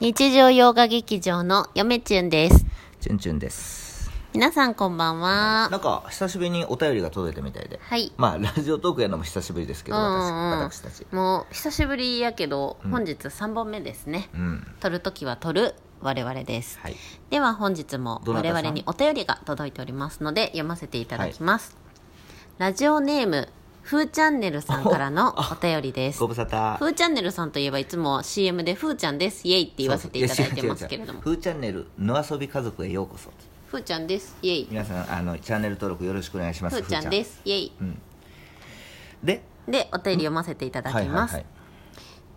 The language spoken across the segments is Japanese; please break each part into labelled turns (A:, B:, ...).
A: 日常洋画劇場のよめちゅんです。
B: チュンチュンです
A: 皆さんこんばんは
B: な。んか久しぶりにお便りが届いたみたいで
A: はい。
B: まあラジオトークやのも久しぶりですけど私,、私たち
A: もう久しぶりやけど、本日3本目ですね。
B: うん
A: 撮るときは撮る我々です。
B: はい
A: では本日も
B: どな
A: 我
B: たさん
A: 々にお便りが届いておりますので読ませていただきます。ラジオネーム、ふーチャンネルさんからのお便りです
B: ご。無沙汰
A: ふーチャンネルさんといえばいつも CM でふーちゃんです、イエイって言わせていただいてますけれども。
B: ふーチャンネルの遊び家族へようこそ
A: ふーちゃんです、イエイ。
B: 皆さんあのチャンネル登録よろしくお願いしま
A: ふ
B: す
A: ーちゃんです、イエイ。
B: で
A: で、お便り読ませていただきます。
B: はい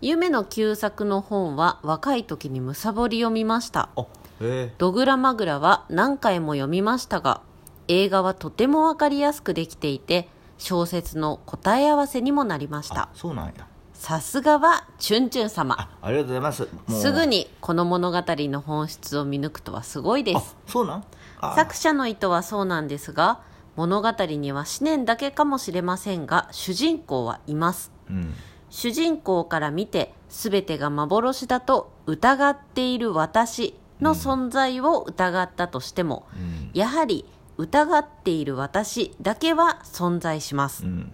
A: 夢の旧作の本は若い時にむさぼり読みました。
B: あえ
A: ドグラマグラは何回も読みましたが、映画はとてもわかりやすくできていて、小説の答え合わせにもなりまし
B: ー、
A: た
B: あ。そうなんや
A: さすがはチュンチュン様。
B: あありがとうございますもう
A: すぐにこの物語の本質を見抜くとはすごいで
B: あ
A: す。
B: そうなんあ
A: 作者の意図はそうなんですが、物語には思念だけかもしれませんが、主人公はいます。
B: うん
A: 主人公から見て全てが幻だと疑っている私の存在を疑ったとしても、
B: うん
A: やはり疑っている私だけは存在します、
B: うん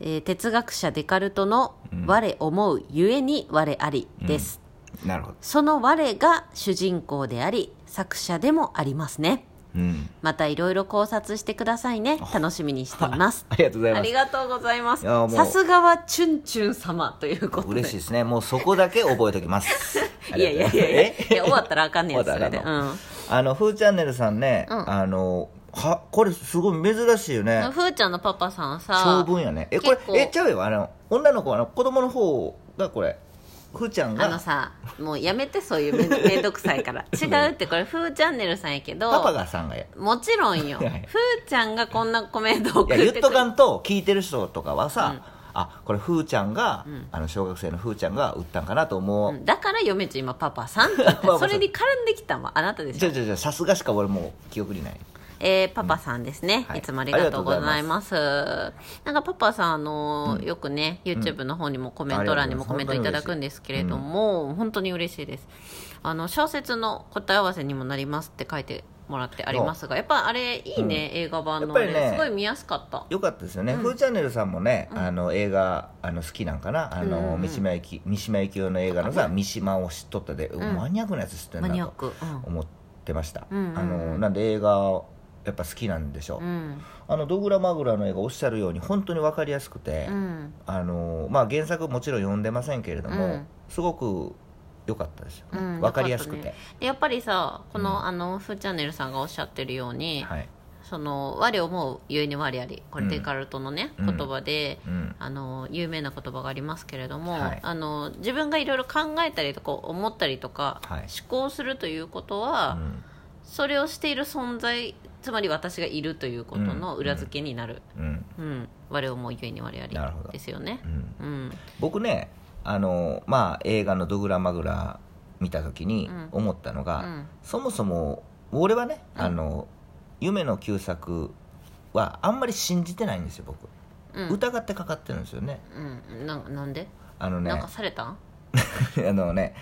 A: えー哲学者デカルトの「我思うゆえに我あり」です、
B: なるほど
A: その我が主人公であり作者でもありますね
B: うん
A: またいろいろ考察してくださいね楽しみにしています
B: ありがとうござい
A: あ
B: ます
A: りがとうございます
B: いやもう
A: さすがはチュンチュン様ということで
B: 嬉しいですねもうそこだけ覚えておきます
A: いやいやいやいやいや終わったらあかんねん
B: 終わ
A: そ
B: ったら
A: れで、う
B: あかん
A: ん、
B: あのふーチャンネルさんね、
A: うん
B: あのはこれすごい珍しいよね
A: ふーちゃんのパパさん
B: 長
A: さ
B: 文やねえこれ
A: 結構
B: えちゃうよあの女の子あの子供の方がこれふーちゃん
A: あの
B: が
A: さもうやめてそういうめんめんどくさいから 違うってこれふーチャンネルさんやけど
B: パパがさんがや
A: もちろんよふ
B: はい
A: ーちゃんがこんなコメントを
B: い
A: 送
B: や
A: ってく
B: 言っ
A: る
B: とかんと聞いてる人とかはさ、あこれふーちゃんが、あの小学生のふーちゃんが売ったんかなと思
A: う
B: う、
A: んだから嫁ちゃん今パパさん って言っ
B: まあま
A: た
B: あ
A: それに絡んできたわあなたでし
B: じ
A: ょ
B: ゃ、じゃじゃさすがしか俺もう記憶にない
A: えーパパさんですね、、
B: はいい
A: つもありがとうございますなんかパパさんあのーよくね YouTube の方にもコメント欄にもコメントいただくんですけれども、本当に嬉しいですあの小説の答え合わせにもなりますって書いてもらってありますがやっぱあれいいね、映画版のあれ
B: やっぱりね
A: すごい見やすかった
B: よかったですよね、フーチャンネルさんもね、あの映画あの好きなんかなあの、三島由紀三島由紀夫の映画のさ三島を知っとったで、マニアックなやつ知ってん
A: マニア
B: な
A: ッ
B: と
A: ク
B: 思ってました、
A: うんうんうん
B: あのなんで映画やっぱ好きなんでしょう、
A: うんうん
B: あのドグラマグラの映画おっしゃるように本当に分かりやすくて、
A: うん
B: あのまあ、原作もちろん読んでませんけれども、
A: うん
B: すごく良かったですよね、
A: うん
B: 分かりやすくて、
A: よかったねでやっぱりさこの,、あのふーチャンネルさんがおっしゃってるように、
B: はい、
A: その我思うゆえに我ありこれデカルトのね、
B: うん
A: 言葉で、
B: うん
A: あの有名な言葉がありますけれども、
B: はい
A: あの自分がいろいろ考えたりとか思ったりとか、
B: はい
A: 思考するということは、
B: うん
A: それをしている存在つまり私がいるということの裏付けになる、
B: うん
A: うん我思うゆえに我あり
B: なるほど
A: ですよね
B: う。ん、
A: うん
B: 僕ねあの、まあ、映画の「ドグラマグラ」見た時に
A: うん
B: 思ったの
A: う
B: が、
A: ん
B: そもそも俺はね、
A: うん
B: あの夢の旧作はあんまり信じてないんですよ僕、
A: うん
B: 疑ってかかってるんですよね
A: うん、ななんで、
B: あのね
A: なんかされたん
B: あのね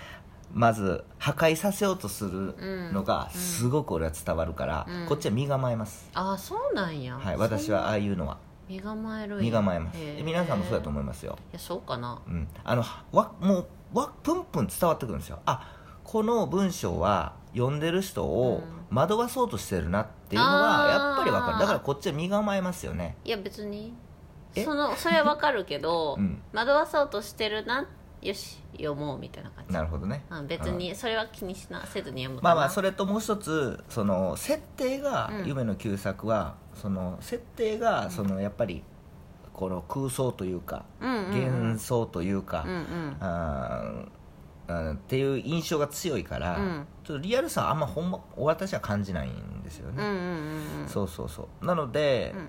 B: まず破壊させようとする
A: うん
B: のがすごく俺は伝わるから、
A: うん
B: こっちは身構えます、
A: ああそうなんや、
B: はい、私はああいうのは
A: そんな身構えるんや
B: 身構えます
A: へー
B: 皆さんもそうだと思いますよ
A: いやそうかな
B: うん、あのわもうわプンプン伝わってくるんですよあこの文章は読んでる人を惑わそうとしてるなっていうの
A: あ
B: は
A: ー
B: やっぱりわかるだからこっちは身構えますよね
A: いや別に
B: え
A: そのそれはわかるけど、
B: うん
A: 惑わそうとしてるなよし読もうみたいな感じ
B: なるほどね
A: うん、別にそれは気にしなせずに読む
B: まあまあそ
A: れ
B: れともう一つその設定が
A: うん
B: 夢の旧作は、その設定がそのやっぱりこの空想というか
A: うんうんうん
B: 幻想というか、
A: うんうん
B: あーあーっていう印象が強いから、
A: うん
B: ちょっとリアルさはあんまほんま私は感じないんですよ
A: うんう
B: ね、
A: んうんうん
B: そうそうそうなので、
A: うん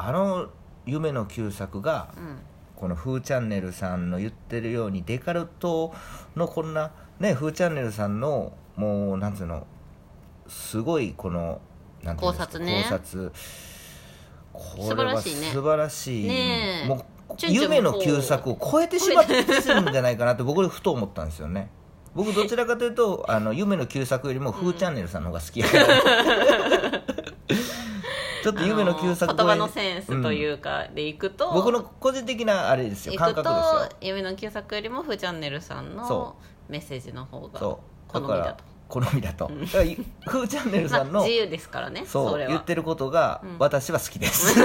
B: あの夢の旧作が
A: うん
B: この「フーチャンネル」さんの言ってるようにデカルトのこんなね「フーチャンネル」さんのもうなんつうのすごいこのなんていうんですか
A: 考察ね
B: 考察これは
A: 素晴らしいね
B: 素晴らしい
A: ねえ
B: もう
A: チュンチュンも
B: 夢の旧作を超えてしまってるんじゃないかなって僕ふと思ったんですよね僕どちらかというとあの夢の旧作よりも「フーチャンネル」さんの方が好き やからちょっと夢の旧作
A: 言葉のセンスというかでいくと、
B: 僕の個人的なあれですよ
A: い
B: 感
A: く
B: 覚
A: と
B: です
A: 夢の旧作よりも「フーチャンネル」さん
B: そ
A: のメッセージの方
B: よ
A: が
B: そう
A: 好みだと
B: 好みだとだからいフーチャンネルさん
A: まあ
B: の
A: 自由ですからねそ
B: そう
A: れ
B: 言っ
A: は
B: てることが
A: うん
B: 私は好きです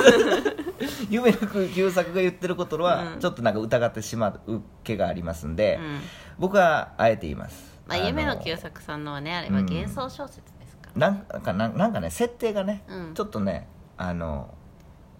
B: 夢の旧作が言ってることは
A: うん
B: ちょっとなんか疑ってしまう気がありますんで、
A: うん
B: 僕はあえて言います
A: まあ、
B: の
A: 夢の旧作さんのはねあれは幻想小説ですから、
B: なんかなんなんかね設定がね、
A: うん
B: ちょっとねあの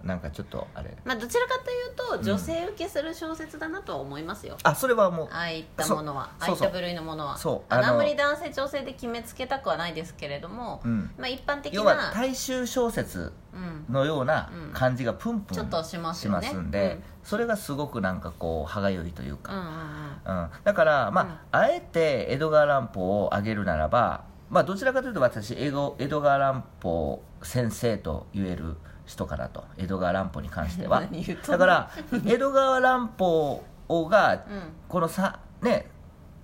B: なんかちょっとあれ
A: まあ、どちらかというと女性受けする小説だなとは思いますよ、
B: あそれはもう
A: ああいったものはああ
B: そ
A: いうっ
B: そう
A: た部類のものは
B: そう
A: あ
B: あの
A: のあんまり男性女性で決めつけたくはないですけれども、
B: うん
A: まあ、一般的
B: 要は
A: な、
B: 大衆小説
A: うん、
B: のような
A: うん
B: 感じがプンプン
A: ちょっとします
B: し
A: よね
B: ますんで、それがすごくなんかこう歯がゆいという
A: うんう
B: か、
A: んうん
B: うんだからまあ、あえて江戸川乱歩を挙げるならばまあどちらかというと私江戸江戸川乱歩先生と言える人かなと江戸川乱歩に関しては
A: 何言うと
B: だ
A: んの
B: から江戸川乱歩が
A: うん
B: このさね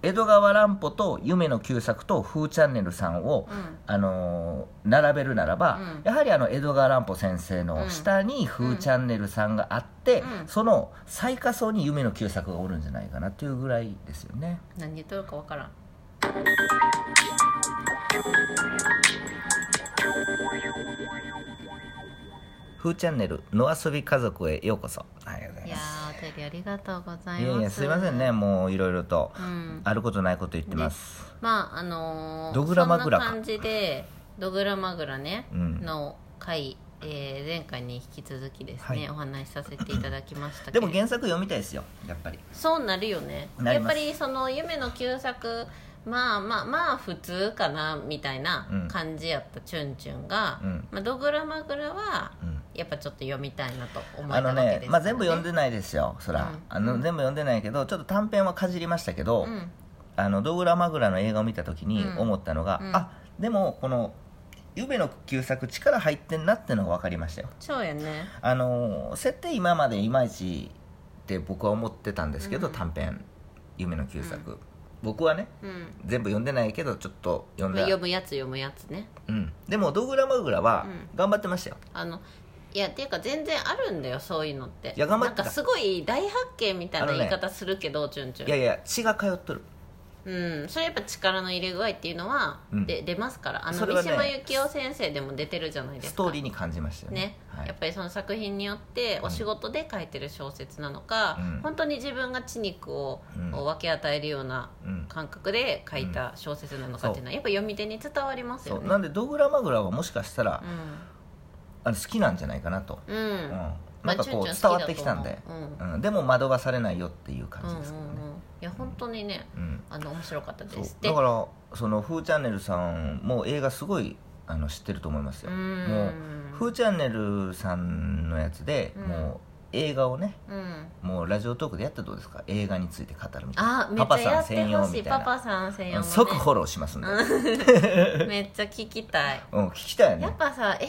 B: 江戸川乱歩と夢の旧作と「風チャンネル」さんを、
A: うん
B: あのー並べるならば、
A: うん
B: やはりあの江戸川乱歩先生の下に「
A: ん
B: 風チャンネル」さんがあって、
A: うん
B: その最下層に夢の旧作がおるんじゃないかなっていうぐらいですよね
A: 何言っとるかわからん
B: 「風チャンネル野遊び家族へようこそ」ありがとうござ
A: い
B: い
A: や
B: ます
A: ーお便りありがとうございます
B: いやいやすいませんねもういろいろと、
A: うん
B: あることないこと言ってます、
A: まああのー、
B: ドグラマグラか
A: そんな感じでドグラマグラね、
B: うん
A: の回、えー前回に引き続きですね、
B: はい
A: お話しさせていただきましたけれ
B: で
A: ど
B: も原作読みたいですよやっぱり
A: そうなるよね
B: なり
A: やっ
B: ま
A: ぱ
B: す
A: りその夢の旧作まあまあまあ普通かなみたいな
B: うん
A: 感じやったチュンチュンが、
B: うん
A: まあ、ドグラマグラは
B: うん
A: やっぱちょっと読みたいなと思っ
B: あ
A: た
B: の
A: わけです
B: ね、まあ、全部読ん
A: で
B: でないですよ、そ
A: う
B: ら、
A: ん
B: あの全部読んでないけど、ちょっと短編はかじりましたけど、
A: うん
B: あのドグラ・マグラの映画を見たときに
A: うん
B: 思ったのが、
A: うん
B: あでも、この夢の旧作、力入ってんなってのが分かりましたよ、
A: そうやね
B: あのー設定、今までいまいちって僕は思ってたんですけど、
A: うん
B: 短編、夢の旧作、僕はね、
A: うん
B: 全部読んでないけど、ちょっと読ん
A: まあ
B: だ、
A: 読むやつ読むやつね
B: うん、でも、ドグラ・マグラは頑張ってましたよ、
A: あのいやっていうか全然あるんだよそういうのって
B: いや頑張ってた
A: なんかすごい大発見みたい
B: あ
A: な
B: のね
A: 言い方するけど、チュンチュン
B: いやいや、血が通っとる。
A: うん、それやっぱ力の入れ具合っていうのは、
B: うん
A: で出ますからあの
B: それ
A: 三
B: はね
A: 島由紀夫先生でも出てるじゃないですか
B: ストーリーに感じましたよね
A: ね
B: はい
A: やっぱりその作品によってお仕事で書いてる小説なのか、
B: うん
A: 本当に自分が血肉を、
B: うん
A: 分け与えるような
B: うん
A: 感覚で書いた小説なのかっていうのは、やっぱ読み手に伝わります
B: そ
A: よ
B: う
A: ね
B: なんでドグラマグラはもしかしたら、
A: う
B: あの好きなんじゃないかなと、
A: ん、うん
B: うん
A: まあ
B: なんかこう
A: チュンチュン好きだと
B: 伝わってきたんで、
A: 思う
B: うんでも惑わされないよっていう
A: うんう
B: 感
A: ん
B: じですけどね、
A: うんいや本当にね
B: うん
A: あの面白かったです
B: そう
A: で
B: だからその「フーチャンネル」さんも映画すごいあの知ってると思いますよ
A: う
B: もうん「フーチャンネル」さんのやつで、
A: うん
B: もう映画をね
A: うん
B: もうラジオトークでやったらどうですか映画について語るみたい
A: あ
B: な
A: め
B: パ
A: っちゃ
B: パ
A: や
B: さん
A: って
B: 専
A: ほ
B: 用
A: しい
B: み
A: パ
B: たい
A: パ
B: な
A: さん専用
B: 即
A: も
B: フォローしますんで、
A: ねめっちゃ聞きたい
B: うん、聞きたいよ
A: や
B: ね
A: っぱさ映画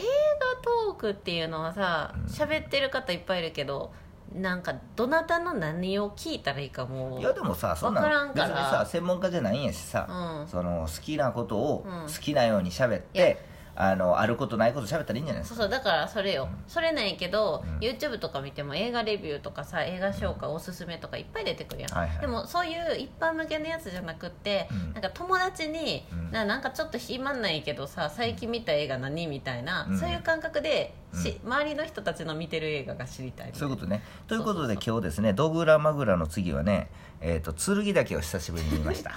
A: トークっていうのはさ喋ってる方いっぱいいるけどなんかどなたの何を聞いたらいいかもう
B: いやでもさそんな
A: わからん
B: の
A: か
B: 別
A: ら
B: にさ専門家じゃないんやしさ、
A: うん
B: その好きなことを
A: うん
B: 好きなように喋っ
A: い
B: て、あのあることないこと喋ったらいいんじゃないで
A: そう
B: すか
A: そうだからそれよそれなんやけど、
B: うん
A: YouTube とか見ても映画レビューとかさ映画紹介おすすめとかいっぱい出てくるやん、
B: はいはい
A: でもそういう一般向けのやつじゃなくって、
B: うん
A: なんか友達に、
B: うん
A: ななんかちょっと暇ないけどさ最近見た映画何みたいな、
B: うん
A: そういう感覚で、し周りの人たちの見てる映画が知りたいみた
B: そ
A: いうな
B: いうことねということ
A: そう
B: で
A: そう
B: 今日ですね「ドグラマグラ」の次はね、えー、と剣岳を久しぶりに見ま した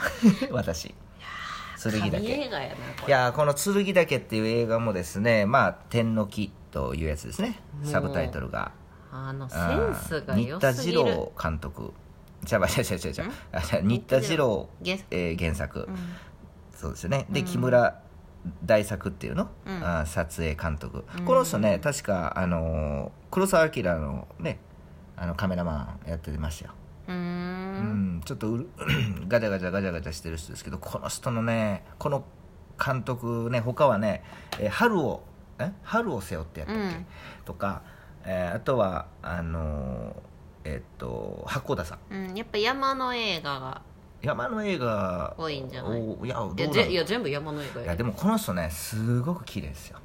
B: 私剣
A: 神
B: 岳
A: 映画やなこ
B: い
A: れ
B: やーこの「剣岳」っていう映画もですねまあ天の木というやつですねサブタイトルが
A: あのセ
B: あ
A: ン
B: ー
A: スが
B: 新
A: 良
B: 田
A: す
B: 次
A: ぎる
B: 郎監督ちゃばちゃちゃちゃちゃ新田次郎、
A: ゲス
B: えー原作、
A: うん
B: そうですよねで、木村大作っていうの、
A: うん
B: あー撮影監督、
A: うん
B: この人ね確か、あのー黒澤明のねあのカメラマンやってましたよ、
A: うー
B: うんん、ちょっとうる ガチャガチャガチャガチャしてる人ですけどこの人のねこの監督ね他はね「えー春をえ春を背負ってやったっけ、
A: うん
B: とか、えーあとはあのーえっと八甲田さん
A: うんやっぱ山の映画が
B: 山の映画
A: 多いんじゃない
B: おいやどう
A: い
B: だ
A: や
B: ろう
A: ぜいや全部山の映画
B: い
A: や
B: やでもこの人ねすごく綺麗ですよ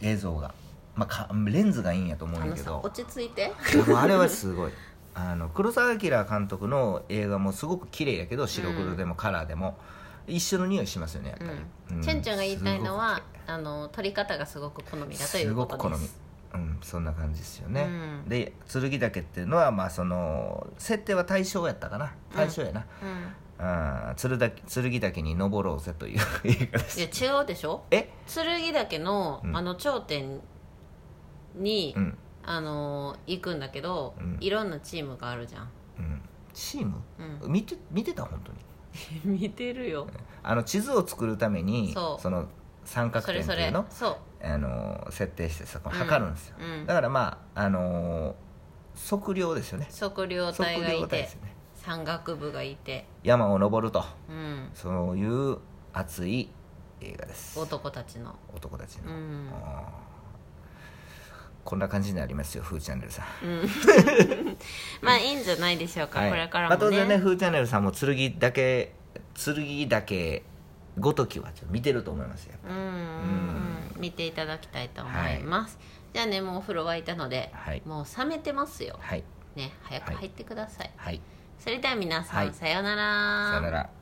B: 映像が、まあ、かレンズがいいんやと思う
A: あ
B: ん
A: の
B: やけ
A: さ
B: ど
A: 落ち着いて
B: でもあれはすごいあの黒澤明監督の映画もすごく綺麗やけど白黒でもカラーでも、一緒の匂いしますよねやっぱり、
A: うんチェンちゃんが言いたいのはあの撮り方がすごく好みだとい
B: す
A: うこ
B: ごく
A: と
B: 好
A: で
B: み
A: す
B: うんそんな感じですよね、
A: うん
B: で剣岳っていうのはまあその設定は大正やったかな大正やな、
A: うん
B: あー鶴だ剣岳に登ろうぜという映画です
A: いや違うでしょ
B: え
A: 剣岳の、
B: うん
A: あの頂点に、
B: うん、
A: あの行くんだけど、
B: うん
A: いろんなチームがあるじゃん、
B: うん、チーム
A: うん、
B: 見て見てた本当に
A: 見てるよ
B: あの地図を作るために
A: そう
B: の三角
A: そ
B: 点
A: れ
B: って
A: そ
B: いう
A: れ
B: の
A: そ
B: あの設定してそこ測るんですよ、
A: う、うん
B: だ、からまああのー測量ですよね
A: 測量
B: 測
A: 隊が
B: 量
A: い
B: 体で
A: て
B: すよね
A: 山岳部がいて、
B: 山を登ると
A: うん、
B: そういう熱い映画です
A: 男たちの、
B: 男たち
A: う
B: の、
A: ん
B: あーこんな感じになりますよフーチャンネルさん、
A: うんまあいいんじゃないでしょうか、
B: はい
A: これから
B: まあ、
A: も
B: 当
A: ね,、
B: 然ねフーチャンネルさんも剣だけ剣だけごときはちょっと見てると思いますよ
A: うんうん見ていただきたいと思います、じゃあねもうお風呂沸いたので、
B: はい
A: もう冷めてますよ
B: はい
A: ね早く入ってください、
B: はい
A: それでは皆さん、
B: はい
A: さようなら
B: さよなら